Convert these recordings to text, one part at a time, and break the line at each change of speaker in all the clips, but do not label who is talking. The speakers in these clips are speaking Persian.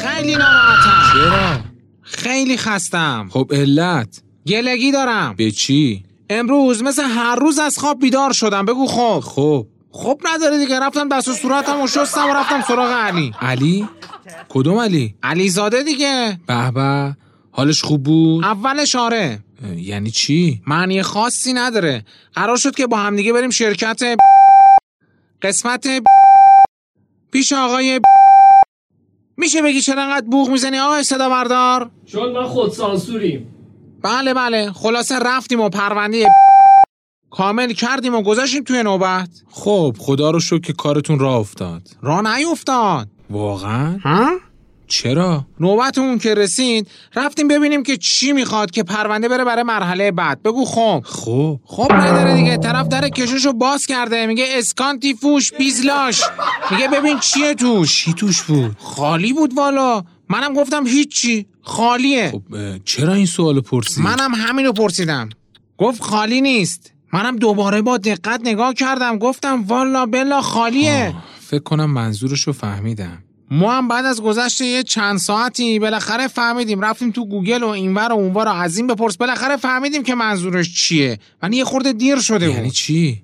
خیلی ناراحتم
چرا؟
خیلی خستم
خب علت
گلگی دارم
به چی؟
امروز مثل هر روز از خواب بیدار شدم بگو خب
خب
خب نداره دیگه رفتم دست و صورتم و شستم و رفتم سراغ علی
علی؟ کدوم علی؟
علیزاده دیگه
به به حالش خوب بود؟
اولش آره
اه، یعنی چی؟
معنی خاصی نداره قرار شد که با همدیگه بریم شرکت قسمت پیش آقای میشه بگی چرا انقدر بوغ میزنی آقای صدا بردار
چون ما خودسانسوریم
بله بله خلاصه رفتیم و پرونده کامل کردیم و گذاشتیم توی نوبت
خب خدا رو شکر که کارتون راه افتاد
را نیفتاد
واقعا؟
ها؟
چرا؟
نوبتمون که رسید رفتیم ببینیم که چی میخواد که پرونده بره برای مرحله بعد بگو خب
خب
خب نداره دیگه طرف در کشوشو باز کرده میگه اسکانتی فوش بیزلاش میگه ببین چیه توش
کی توش بود؟
خالی بود والا منم گفتم هیچی خالیه
خب اه، چرا این سوال پرسی؟
منم همینو پرسیدم گفت خالی نیست منم دوباره با دقت نگاه کردم گفتم والا بلا خالیه
فکر کنم منظورش رو فهمیدم
ما هم بعد از گذشت یه چند ساعتی بالاخره فهمیدیم رفتیم تو گوگل و اینور و اونور و از این بپرس بالاخره فهمیدیم که منظورش چیه ولی یه خورده دیر شده
یعنی
بود
چی؟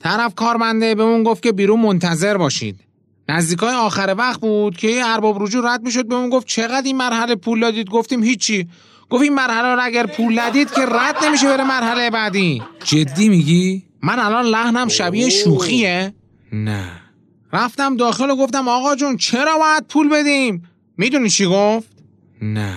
طرف کارمنده بهمون گفت که بیرون منتظر باشید نزدیکای آخر وقت بود که یه ارباب رجوع رد میشد بهمون گفت چقدر این مرحله پول دادید گفتیم هیچی گفت این مرحله رو اگر پول ندید که رد نمیشه بره مرحله بعدی
جدی میگی؟
من الان لحنم شبیه شوخیه
نه
رفتم داخل و گفتم آقا جون چرا باید پول بدیم میدونی چی گفت
نه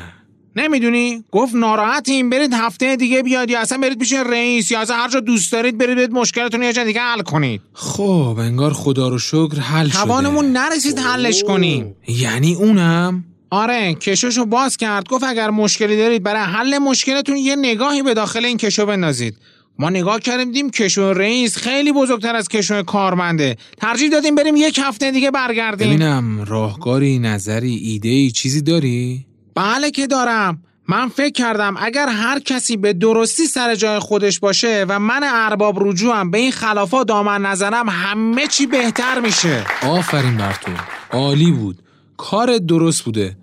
نمیدونی گفت ناراحتیم برید هفته دیگه بیاد یا اصلا برید پیش رئیس یا اصلا هر جا دوست دارید برید برید مشکلتون رو یه جا دیگه حل کنید
خب انگار خدا رو شکر حل شده
توانمون نرسید حلش کنیم
یعنی اونم؟
آره کشوشو باز کرد گفت اگر مشکلی دارید برای حل مشکلتون یه نگاهی به داخل این کشو بندازید ما نگاه کردیم دیم کشو رئیس خیلی بزرگتر از کشو کارمنده ترجیح دادیم بریم یک هفته دیگه برگردیم
ببینم راهکاری نظری ایده ای چیزی داری؟
بله که دارم من فکر کردم اگر هر کسی به درستی سر جای خودش باشه و من ارباب رجوعم به این خلافا دامن نزنم همه چی بهتر میشه
آفرین بر تو عالی بود کار درست بوده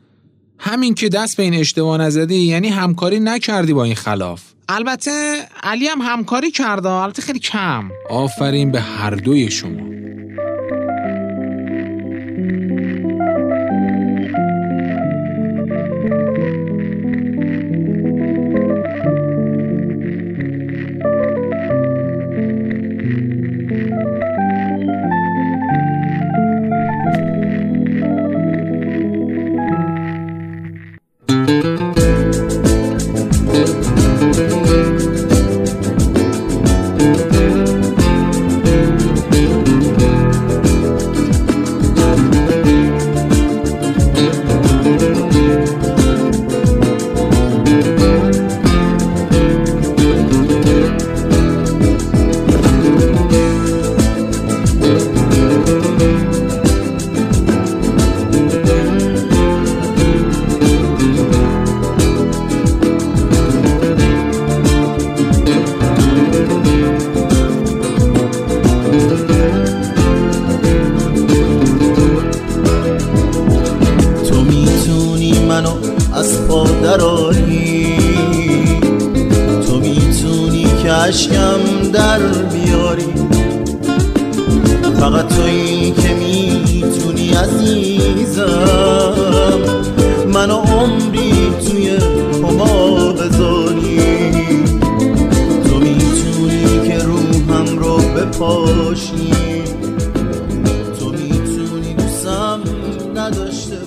همین که دست به این اشتباه نزدی یعنی همکاری نکردی با این خلاف
البته علی هم همکاری کرده البته خیلی کم
آفرین به هر دوی شما
تو میتونی منو از پا دراری تو میتونی که اشکم در بیاری فقط تویی که میتونی عزیزم منو عمری توی کما بذاری تو میتونی که روحم رو بپاشی تو میتونی دوستم نداشته